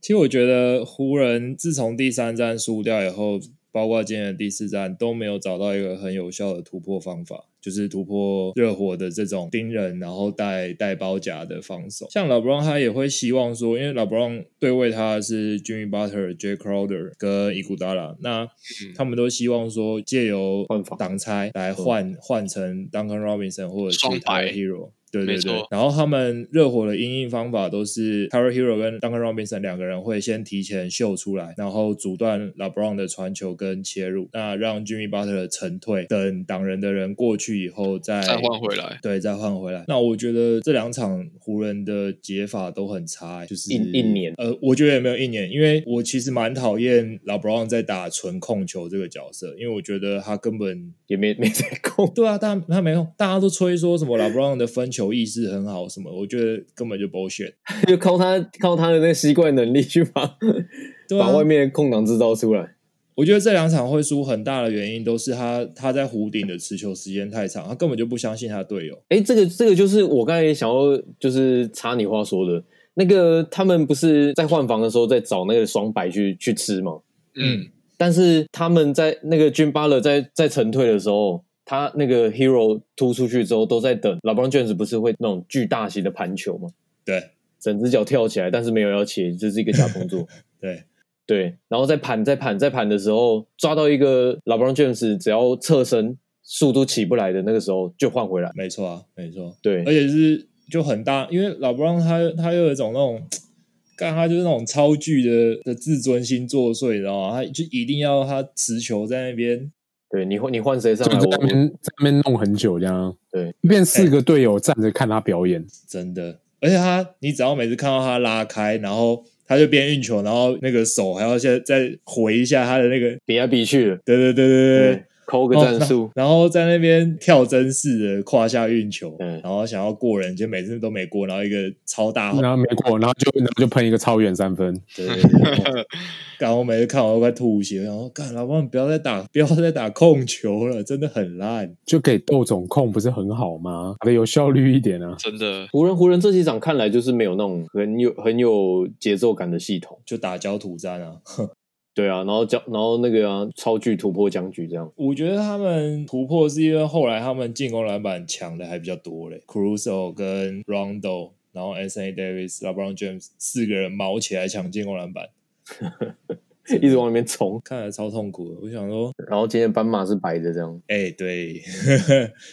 Speaker 2: 其实我觉得湖人自从第三战输掉以后，包括今天的第四战都没有找到一个很有效的突破方法，就是突破热火的这种盯人，然后带带包夹的防守。像老布朗他也会希望说，因为老布朗对位他是 Jimmy Butler、J Crowder 跟伊古达拉，那
Speaker 4: 嗯
Speaker 2: 他们都希望说借由
Speaker 5: 换防
Speaker 2: 挡拆来换换成 Duncan Robinson 或者是
Speaker 4: 双
Speaker 2: t y
Speaker 4: 白
Speaker 2: Hero。对对
Speaker 4: 没
Speaker 2: 对
Speaker 4: 错，
Speaker 2: 然后他们热火的阴影方法都是 t y r e Hero 跟 Duncan Robinson 两个人会先提前秀出来，然后阻断 LeBron 的传球跟切入，那让 Jimmy Butler 沉退，等挡人的人过去以后再
Speaker 5: 哎
Speaker 4: 再换回来，
Speaker 2: 对，再换回来。那我觉得这两场湖人的解法都很差、欸就是
Speaker 5: 一一年
Speaker 2: 呃，我觉得也没有一年，因为我其实蛮讨厌老布朗在打纯控球这个角色，因为我觉得他根本
Speaker 5: 也没没在控，
Speaker 2: 对啊，大家他没用，大家都吹说什么老布朗的分球意识很好什么，我觉得根本就 bullshit。
Speaker 5: 就靠他靠他的那个吸怪能力去把、
Speaker 2: 对啊
Speaker 5: 把，外面的空档制造出来。
Speaker 2: 我觉得这两场会输很大的原因都是他他在弧顶的持球时间太长，他根本就不相信他队友。
Speaker 5: 哎，这个这个就是我刚才想要就是插你话说的，那个他们不是在换防的时候在找那个双白去去吃吗？
Speaker 4: 嗯，
Speaker 5: 但是他们在那个军巴勒在在沉退的时候，他那个 Hero 突出去之后，都在等 LeBron James 不是会那种巨大型的盘球吗？
Speaker 2: 对
Speaker 5: 整只脚跳起来，但是没有要切，这是一个假动作。
Speaker 2: [LAUGHS] 对，
Speaker 5: 对，然后在盘在盘在盘的时候，抓到一个 LeBron James 只要侧身速度起不来的那个时候，就换回来。
Speaker 2: 没错啊，没错。
Speaker 5: 对，
Speaker 2: 而且是就很大，因为老布朗他他又有一种那种，干他就是那种超巨的的自尊心作祟，你知道吗？他就一定要他持球在那边，
Speaker 5: 对你换你换谁上
Speaker 3: 就
Speaker 5: 来，
Speaker 3: 在
Speaker 5: 我
Speaker 3: 那
Speaker 5: 我
Speaker 3: 边在那边弄很久这样，啊
Speaker 5: 对，
Speaker 3: 变四个队友站着看他表演，
Speaker 2: 真的。而且他，你只要每次看到他拉开，然后他就边运球，然后那个手还要再再回一下他的那个，
Speaker 5: 比来比去的，
Speaker 2: 对对对对对
Speaker 5: 对，，抠个
Speaker 2: 哦
Speaker 5: 嗯战术，
Speaker 2: 然后在那边跳针式的胯下运球，
Speaker 5: 嗯
Speaker 2: 然后想要过人，就每次都没过，然后一个超大
Speaker 3: 然后没过，然后就然后就喷一个超远三分，
Speaker 2: 对对对，
Speaker 5: [LAUGHS]
Speaker 2: 哦干我每次看我都快吐血，然后干老棒不要再打，不要再打控球了，真的很烂。
Speaker 3: 就给豆总控不是很好吗？打的有效率一点啊。
Speaker 4: 真的。
Speaker 5: 湖人湖人这几场看来就是没有那种很有很有节奏感的系统，
Speaker 2: 就打焦土战啊！
Speaker 5: 对啊，然后将然后那个啊超巨突破僵局这样，
Speaker 2: 我觉得他们突破是因为后来他们进攻篮板抢的还比较多嘞，Crusoe 跟 Rondo，然后 Anthony Davis、LeBron James 四个人毛起来抢进攻篮板，
Speaker 5: 一直往里面冲，
Speaker 2: 看来超痛苦的。我想说，
Speaker 5: 然后今天斑马是白的这样，
Speaker 2: 哎、对， [LAUGHS]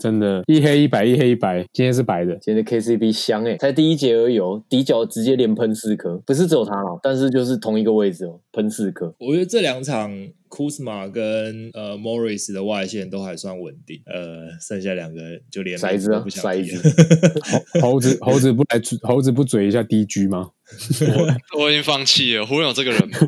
Speaker 3: 真的，一黑一白，一黑一白，今天是白的，
Speaker 5: 今天的 KCP 香哎、才第一节而已哦，底角直接连喷四颗，不是只有他啦，但是就是同一个位置哦，喷四颗，
Speaker 2: 我觉得这两场 Kuzma 跟呃 Morris 的外线都还算稳定，呃，剩下两个人就连
Speaker 5: 骰子啊
Speaker 2: 都不想踢
Speaker 5: 骰
Speaker 2: [LAUGHS] 了
Speaker 3: 猴子猴子不来嘴猴子不嘴一下 DG 吗？
Speaker 4: 我我已经放弃了，忽然有这个人吗？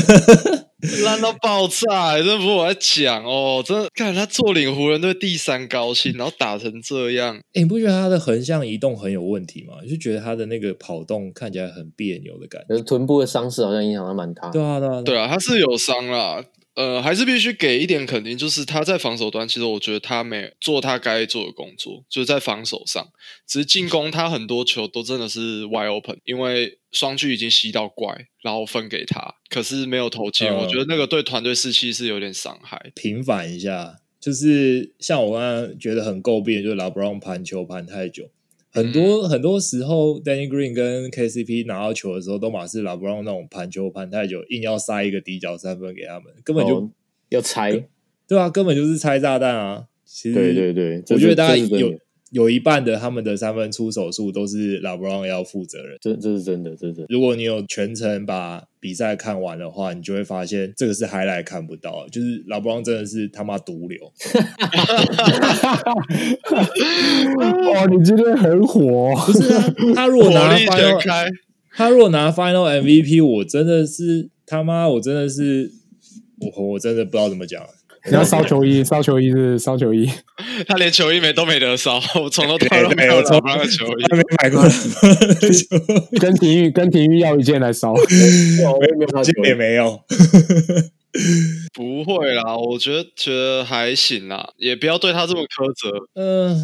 Speaker 4: [LAUGHS] 烂到爆炸、欸！真不是我在讲哦，真的，看他坐领湖人队第三高薪，然后打成这样，
Speaker 2: 欸你不觉得他的横向移动很有问题吗？就觉得他的那个跑动看起来很别扭的感觉。
Speaker 5: 可是臀部的伤势好像影响他蛮大，
Speaker 2: 对啊，对啊，
Speaker 4: 对啊，他是有伤啦，呃，还是必须给一点肯定，就是他在防守端，其实我觉得他没做他该做的工作，就是在防守上，只是进攻他很多球都真的是 wide open，因为双巨已经吸到怪，然后分给他，可是没有投进，
Speaker 2: 嗯
Speaker 4: 我觉得那个对团队士气是有点伤害。
Speaker 2: 平反一下，就是像我刚刚觉得很诟病，就是老布朗盘球盘太久。很多、
Speaker 5: 嗯
Speaker 2: 很多时候，Danny Green 跟 KCP 拿到球的时候，都马是老布朗那种盘球盘太久，硬要塞一个底角三分给他们，根本就、
Speaker 5: 哦要拆，
Speaker 2: 对啊，根本就是拆炸弹啊！其实
Speaker 5: 对对对，
Speaker 2: 我
Speaker 5: 这
Speaker 2: 觉得
Speaker 5: 是
Speaker 2: 大家
Speaker 5: 这是真的
Speaker 2: 有有一半的他们的三分出手数都是拉布朗要负责任。
Speaker 5: 这这是真的，这是真的
Speaker 2: 如果你有全程把比赛看完的话，你就会发现这个是 highlight 看不到的，就是拉布朗真的是他妈毒瘤。
Speaker 3: [GASPS] 哦，你今天很火，
Speaker 2: 不是啊， [LAUGHS] 他如果
Speaker 4: 火
Speaker 2: 拿
Speaker 4: 力全
Speaker 2: final，
Speaker 4: 开，
Speaker 2: 他如果拿 final MVP，我真的是他妈，我真的是我我真的不知道怎么讲了。
Speaker 3: 你要烧球衣，烧球衣是烧球衣，
Speaker 4: 他连球衣没都没得烧，我从头到尾都没有
Speaker 2: 对对我从
Speaker 4: 拿到球衣。
Speaker 2: 没买 [LAUGHS] 过了，
Speaker 3: 跟体育跟体育要一件来烧。
Speaker 5: 哇我也没有看
Speaker 2: 就
Speaker 5: 球
Speaker 2: 也没有。
Speaker 4: 不会啦，我觉得觉得还行啦，也不要对他这么苛责，
Speaker 2: 嗯、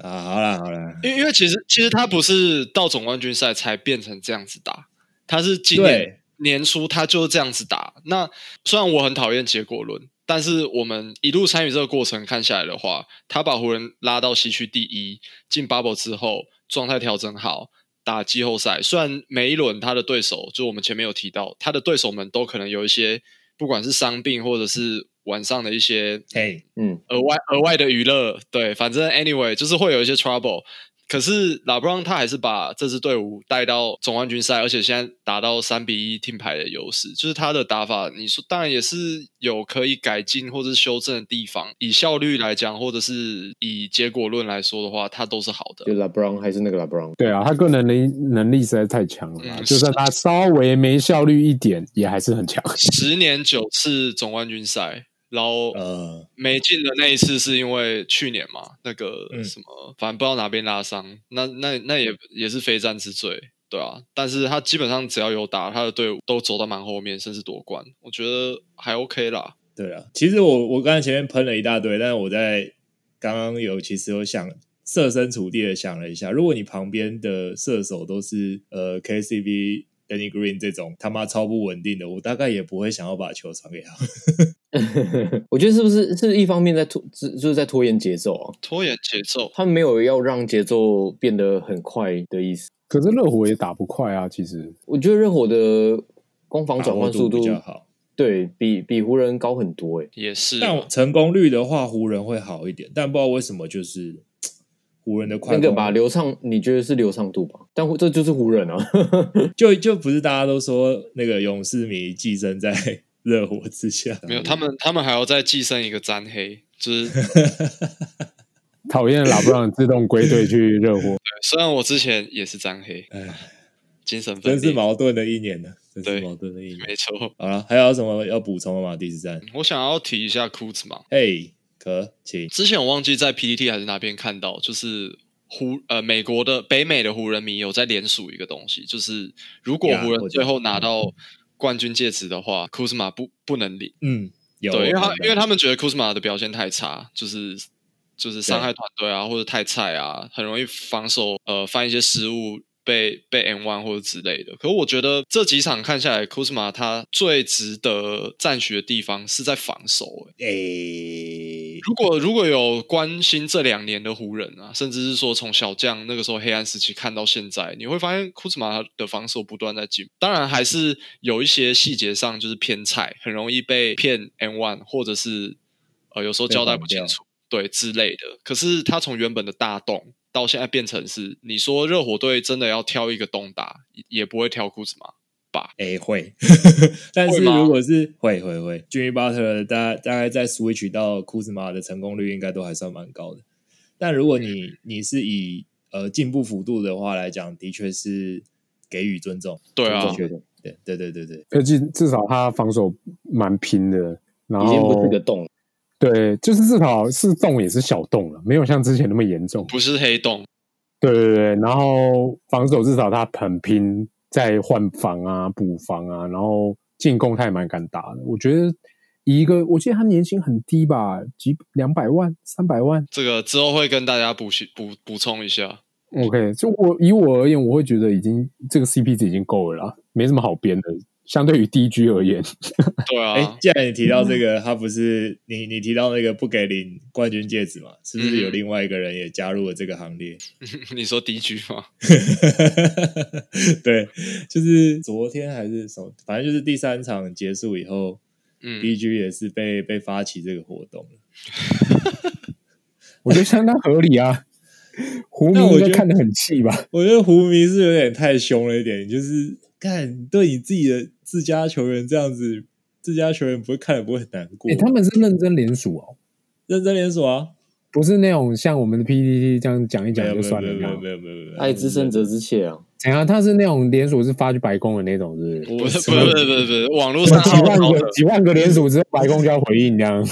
Speaker 2: 啊，好啦好啦，
Speaker 4: 因为因为其实其实他不是到总冠军赛才变成这样子打，他是今年
Speaker 2: 对
Speaker 4: 年初他就是这样子打。那虽然我很讨厌结果论，但是我们一路参与这个过程看下来的话，他把湖人拉到西区第一，进 bubble 之后状态调整好。打季后赛，虽然每一轮他的对手，就我们前面有提到，他的对手们都可能有一些，不管是伤病或者是晚上的一些
Speaker 2: 嘿，
Speaker 5: 嗯，
Speaker 4: 额外额外的娱乐，对，反正 anyway 就是会有一些 trouble。可是拉布朗他还是把这支队伍带到总冠军赛，而且现在达到三比一听牌的优势，就是他的打法，你说当然也是有可以改进或者是修正的地方。以效率来讲，或者是以结果论来说的话，它都是好的
Speaker 5: 就。拉布朗还是那个拉布朗，
Speaker 3: 对啊，他个人能能力实在太强了啦，啊
Speaker 4: 嗯
Speaker 3: 就算他稍微没效率一点，也还是很强。
Speaker 4: 十年九次总冠军赛，然后
Speaker 2: 呃，
Speaker 4: 没进的那一次是因为去年嘛，那个
Speaker 2: 嗯
Speaker 4: 什么，反正不知道哪边拉伤，那那那也也是非战之罪，对啊。但是他基本上只要有打，他的队伍都走到蛮后面，甚至夺冠，我觉得还 OK 啦。
Speaker 2: 对啊，其实我我刚才前面喷了一大堆，但是我在刚刚有其实有想设身处地的想了一下，如果你旁边的射手都是呃 KCB。Danny Green 这种他妈超不稳定的，我大概也不会想要把球传给他。
Speaker 5: 我觉得是不是是一方面在拖，就就是在拖延节奏啊？
Speaker 4: 拖延节奏，
Speaker 5: 他们没有要让节奏变得很快的意思。
Speaker 3: 可是热火也打不快啊，其实
Speaker 5: 我觉得热火的攻防转换速
Speaker 2: 把握
Speaker 5: 度
Speaker 2: 比较好，
Speaker 5: 对比比湖人高很多诶、欸
Speaker 4: 也是啊
Speaker 2: 但成功率的话，湖人会好一点，但不知道为什么就是湖人的快
Speaker 5: 那
Speaker 2: 攻
Speaker 5: 个吧，流畅，你觉得是流畅度吧？但这就是湖人啊， [LAUGHS]
Speaker 2: 就就不是大家都说那个勇士迷寄生在 [LAUGHS] 热火之下，
Speaker 4: 没有他们，他们还要再寄生一个詹黑，就是
Speaker 2: [LAUGHS]
Speaker 3: 讨厌拉布朗自动归队去热火。
Speaker 4: 虽然我之前也是詹黑，
Speaker 2: 哎，
Speaker 4: 精神分
Speaker 2: 真是
Speaker 4: 裂，
Speaker 2: 矛盾的一年呢，真
Speaker 4: 对
Speaker 2: 是矛盾的一年。
Speaker 4: 没错。
Speaker 2: 好了，还有什么要补充的吗？第十站，
Speaker 4: 我想要提一下库兹马，
Speaker 2: 嘿，可请
Speaker 4: 之前我忘记在 PPT 还是哪边看到，就是湖呃美国的北美的湖人迷有在联署一个东西，就是如果
Speaker 2: 呀
Speaker 4: 湖人
Speaker 2: 我知
Speaker 4: 最
Speaker 2: 道嗯
Speaker 4: 后拿到冠军戒指的话，库兹马不不能领，
Speaker 2: 嗯，有，
Speaker 4: 对，因为
Speaker 2: 我
Speaker 4: 他
Speaker 2: 看到
Speaker 4: 因为他们觉得库兹马的表现太差，就是就是伤
Speaker 2: 对
Speaker 4: 害团队啊，或者太菜啊，很容易防守呃犯一些失误。被被 N one 或者之类的，可我觉得这几场看下来，库兹马他最值得赞许的地方是在防守、欸
Speaker 2: 诶，
Speaker 4: 如果如果有关心这两年的湖人啊，甚至是说从小将那个时候黑暗时期看到现在，你会发现库兹马的防守不断在进步，当然还是有一些细节上就是偏菜，很容易被骗 N one 或者是呃有时候交代不清楚对之类的。可是他从原本的大洞到现在变成是，你说热火队真的要挑一个东打，也也不会挑库兹马。
Speaker 2: 诶会， [LAUGHS] 但
Speaker 4: 会
Speaker 2: 是
Speaker 4: 吗
Speaker 2: 如果是会会会，Jimmy Butler 大大概在 switch 到库兹马的成功率应该都还算蛮高的。但如果
Speaker 4: 嗯
Speaker 2: 你你是以呃进步幅度的话来讲，的确是给予尊重。
Speaker 4: 对
Speaker 5: 我
Speaker 4: 啊
Speaker 5: 就，觉得
Speaker 2: 对对对对对，
Speaker 3: 而且至少他防守蛮拼的，然
Speaker 5: 已经不
Speaker 3: 后
Speaker 5: 是个洞。
Speaker 3: 对，就是至少是洞也是小洞了，没有像之前那么严重。
Speaker 4: 不是黑洞，
Speaker 3: 对对对，然后防守至少他很拼，在换防啊、补防啊，然后进攻他也蛮敢打的。我觉得以一个，我记得他年薪很低吧，几两百万、三百万。
Speaker 4: 这个之后会跟大家补习补补充一下。
Speaker 3: OK，就我以我而言，我会觉得已经这个 CP 值已经够了啦，没什么好编的。相对于 DG 而言，
Speaker 4: 对啊，嗯
Speaker 2: 哎、既然你提到这个，他不是你你提到那个不给领冠军戒指嘛？是不是有
Speaker 4: 嗯
Speaker 2: 另外一个人也加入了这个行列？ [LAUGHS]
Speaker 4: [LAUGHS] 你说 DG 吗？
Speaker 2: 对，就是昨天还是什么，反正就是第三场结束以后、
Speaker 4: 嗯，
Speaker 2: d g 也是被被发起这个活动。
Speaker 3: 我觉得相当合理啊。胡明
Speaker 2: 那我
Speaker 3: 应该
Speaker 2: 觉得
Speaker 3: 看得很气吧？
Speaker 2: 我觉得胡迷是有点太凶了一点，就是看对你自己的自家球员这样子，自家球员不会看了不会很难过。
Speaker 3: 诶他们是认真联署哦，
Speaker 2: 认真联手啊，
Speaker 3: 不是那种像我们的 PDD 这样讲一
Speaker 2: 没
Speaker 3: 讲
Speaker 2: 有
Speaker 3: 就
Speaker 2: 没有
Speaker 3: 算
Speaker 2: 没
Speaker 3: 了
Speaker 2: 有
Speaker 3: 那
Speaker 2: 没有
Speaker 3: 样。
Speaker 2: 没有没有没有，
Speaker 5: 爱之深责之切啊！
Speaker 3: 怎样？他是那种联署是发去白宫的那种，是不是？
Speaker 4: 不是不是不是不是不是，网络
Speaker 3: 什
Speaker 4: 上
Speaker 3: 么几
Speaker 4: 号
Speaker 3: 万
Speaker 4: 召
Speaker 3: 个
Speaker 4: 的
Speaker 3: 几万个联署之后，白宫就要回
Speaker 2: [LAUGHS]
Speaker 3: 应这样。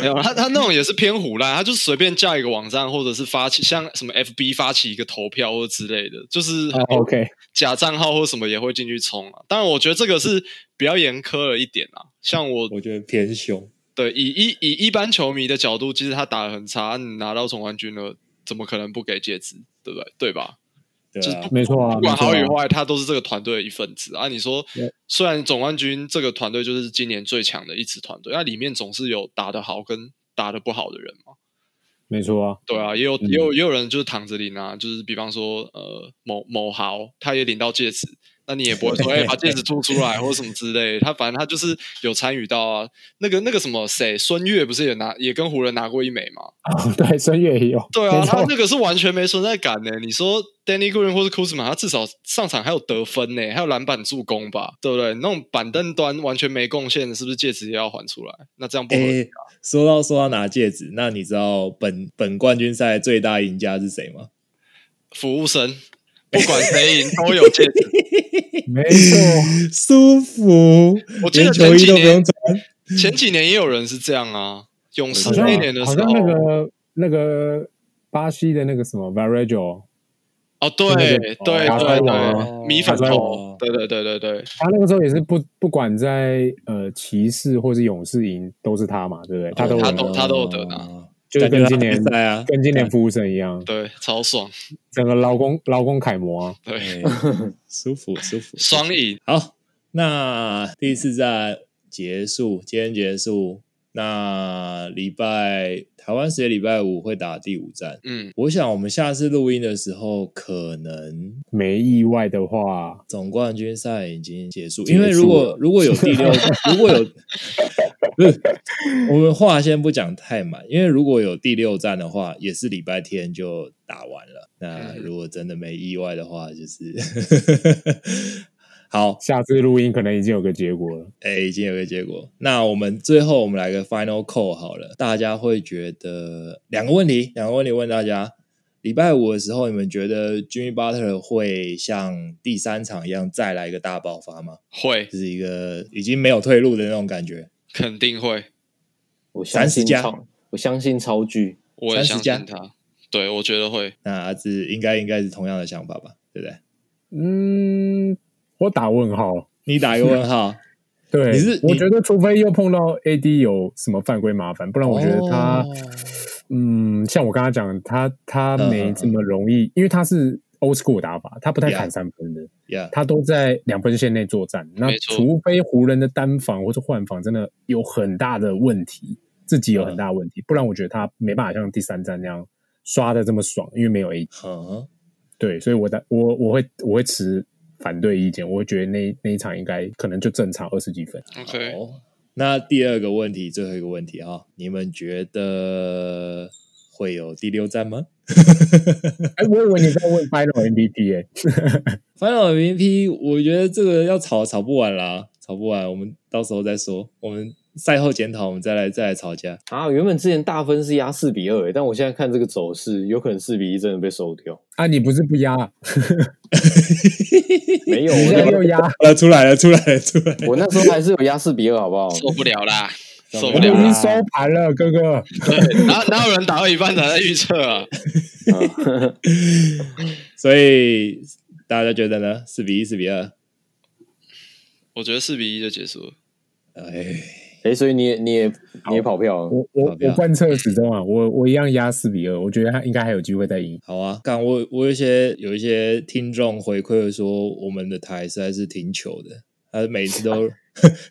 Speaker 4: 没有，他他那种也是偏胡乱，他就随便架一个网站，或者是发起像什么 FB 发起一个投票或之类的，就是
Speaker 3: 啊 OK，
Speaker 4: 假账号或什么也会进去冲啊。当然，我觉得这个是比较严苛了一点啊。像我
Speaker 2: 我觉得偏凶。
Speaker 4: 对以一以一般球迷的角度，其实他打的很差，你拿到总冠军了，怎么可能不给戒指？对不对？对吧？
Speaker 2: 对
Speaker 4: 就是
Speaker 2: 啊，
Speaker 3: 没错啊，
Speaker 4: 不管
Speaker 3: 没错啊
Speaker 4: 好与坏，他都是这个团队的一份子啊。你说，虽然总冠军这个团队就是今年最强的一支团队，那里面总是有打得好跟打得不好的人嘛。
Speaker 3: 没错啊， [LAUGHS]
Speaker 4: 对啊，也有
Speaker 3: 嗯
Speaker 4: 也有也有人就是躺着领啊，就是比方说呃某某豪，他也领到戒指，那你也不会说哎、把戒指吐出来或者什么之类的，他反正他就是有参与到啊。那个那个什么谁孙悦不是也拿也跟湖人拿过一枚吗？
Speaker 3: 对，孙悦也有，
Speaker 4: 对啊，
Speaker 3: 没
Speaker 4: 他
Speaker 3: 错
Speaker 4: 那个是完全没存在感欸的。你说 Danny Green 或是 Kuzma，他至少上场还有得分欸呢，还有篮板助攻吧，对不对？那种板凳端完全没贡献，是不是戒指也要还出来？那这样不合理
Speaker 2: 哎，说到说到拿戒指，那你知道本本冠军赛最大赢家是谁吗？
Speaker 4: 服务生不管谁赢都有戒
Speaker 3: [LAUGHS]
Speaker 4: 指。
Speaker 3: 没错，
Speaker 2: 舒服，
Speaker 4: 我记得
Speaker 2: 连
Speaker 4: 前
Speaker 2: 球衣
Speaker 4: 几
Speaker 2: 都不用
Speaker 4: 年
Speaker 2: 穿。
Speaker 4: 前几年也有人是这样啊，勇士
Speaker 3: 好像
Speaker 4: 那一年的时
Speaker 3: 好
Speaker 4: 候，啊
Speaker 3: 像那个那个巴西的那个什么 Varejao，
Speaker 4: 哦，对
Speaker 3: 那
Speaker 4: 对
Speaker 3: 个
Speaker 4: 对
Speaker 3: 打摔网
Speaker 4: 对，
Speaker 1: 啊
Speaker 4: 米粉
Speaker 3: 打摔
Speaker 4: 头
Speaker 1: 网，
Speaker 4: 对对对对对，
Speaker 3: 他那个时候也是不不管在呃骑士或是勇士赢都是他嘛，对
Speaker 2: 哦
Speaker 3: 不对？他都
Speaker 4: 他
Speaker 3: 有
Speaker 4: 都
Speaker 3: 拿
Speaker 4: 他都有得拿，
Speaker 3: 就是
Speaker 2: 感觉
Speaker 3: 跟
Speaker 2: 他
Speaker 3: 今年
Speaker 2: 比赛啊，
Speaker 3: 跟今年服务生一样，
Speaker 4: 对，超爽，
Speaker 3: 整个劳工劳工楷模啊，
Speaker 4: 对，
Speaker 2: 哎舒服舒服。
Speaker 4: 双赢。
Speaker 2: 好，那第一次战结束，今天结束。那礼拜台湾时间礼拜五会打第五战。
Speaker 4: 嗯，
Speaker 2: 我想我们下次录音的时候，可能
Speaker 3: 没意外的话，
Speaker 2: 总冠军赛已经结束，
Speaker 3: 结束
Speaker 2: 因为如果如果有第
Speaker 3: [LAUGHS]
Speaker 2: 六，如果有，不是我们话先不讲太满，因为如果有第六战的话，也是礼拜天就打完了。那
Speaker 3: 嗯
Speaker 2: 如果真的没意外的话，就是 [LAUGHS] 好，
Speaker 3: 下次录音可能已经有个结果了。
Speaker 2: 哎，已经有个结果。那我们最后我们来个 final call 好了，大家会觉得两个问题，两个问题问大家：礼拜五的时候，你们觉得 Jimmy Butler 会像第三场一样再来一个大爆发吗？
Speaker 4: 会
Speaker 2: 就是一个已经没有退路的那种感觉。
Speaker 4: 肯定会，
Speaker 5: 我相信
Speaker 2: 30加
Speaker 5: 超，我相信超巨，
Speaker 4: 我也
Speaker 2: 30
Speaker 4: 相
Speaker 2: 加
Speaker 4: 信他。对，我觉得会。
Speaker 2: 那阿志应该应该是同样的想法吧，对不对？
Speaker 3: 嗯，我打问号。
Speaker 2: 你打一个问号，
Speaker 3: 对，
Speaker 2: 你是
Speaker 3: 我
Speaker 2: 你
Speaker 3: 觉得除非又碰到 AD 有什么犯规麻烦，不 [LAUGHS] 然我觉得他，
Speaker 2: 哦
Speaker 3: 嗯，像我刚刚讲，他他
Speaker 2: 嗯
Speaker 3: 没这么容易，因为他是 old school 打法，他不太
Speaker 2: Yeah
Speaker 3: 砍三分的，
Speaker 2: 呀，
Speaker 3: 他都在两分线内作战。那
Speaker 4: 没错
Speaker 3: 除非湖人的单防或者换防真的有很大的问题，自己有很大的问题，不然我觉得他没办法像第三站那样刷的这么爽，因为没有 AD。
Speaker 2: 嗯，
Speaker 3: 对，所以我的我我会我会持反对意见，我会觉得那那一场应该可能就正常二十几分。
Speaker 4: OK，
Speaker 2: 好，那第二个问题，最后一个问题哈，你们觉得会有第六站吗
Speaker 3: 哎、我以为你在问 Final MVP 哎、
Speaker 2: ？Final MVP，我觉得这个要吵吵不完啦，吵不完，我们到时候再说，我们赛后检讨，我们再来再来吵架。
Speaker 5: 啊，原本之前大分是压四比二，欸但我现在看这个走势，有可能四比一真的被收掉。
Speaker 3: [LAUGHS]
Speaker 5: [LAUGHS]
Speaker 3: 啊，你不是不压，
Speaker 5: 没有，
Speaker 3: 你现在
Speaker 5: 我
Speaker 3: 又压，
Speaker 2: 呃，出来了，出来了，出来了。
Speaker 5: [LAUGHS] 我那时候还是有压四比二，好不好？
Speaker 4: 受不了啦，受
Speaker 3: 我
Speaker 4: 不
Speaker 3: 们
Speaker 4: 了
Speaker 3: 已
Speaker 4: [LAUGHS] 啦！
Speaker 3: 经收盘了，哥哥。
Speaker 4: 对，哪哪有人打到一半才在预测啊？
Speaker 5: 嗯
Speaker 2: 所以大家觉得呢？四比一，四比二？
Speaker 4: 我觉得四比一就结束了。
Speaker 2: 哎，
Speaker 5: 哎，所以你也你也你也跑票啊，
Speaker 3: 我我
Speaker 2: 好不要
Speaker 3: 我贯彻始终啊，我我一样压四比二，我觉得他应该还有机会再赢。
Speaker 2: 好啊，刚我我有一些有一些听众回馈说，我们的台实在是挺糗的，他每次都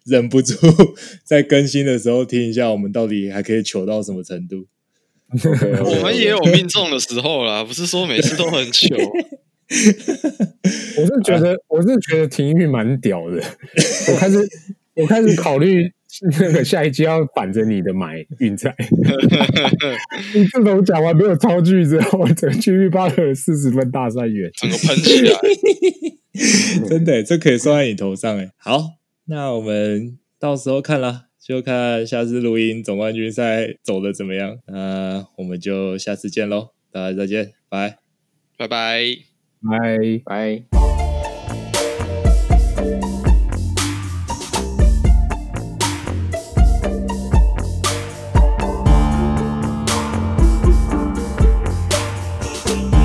Speaker 2: 忍不住在更新的时候听一下，我们到底还可以糗到什么程度。
Speaker 4: 我们也有命中的时候啦，不是说每次都很糗。
Speaker 3: 我是觉得，我是觉得廷玉蛮屌的，我开始我开始考虑那个下一期要反着你的买运彩。你这种讲完没有超巨之后，整个区域巴尔四十分大赛员。
Speaker 4: 整个喷起来。
Speaker 2: 真的，欸这可以算在你头上哎。好，那我们到时候看啦，就看下次录音总冠军赛走的怎么样。那我们就下次见喽，大家再见，拜。
Speaker 4: 拜拜。
Speaker 3: 拜。
Speaker 5: 拜。
Speaker 6: Thank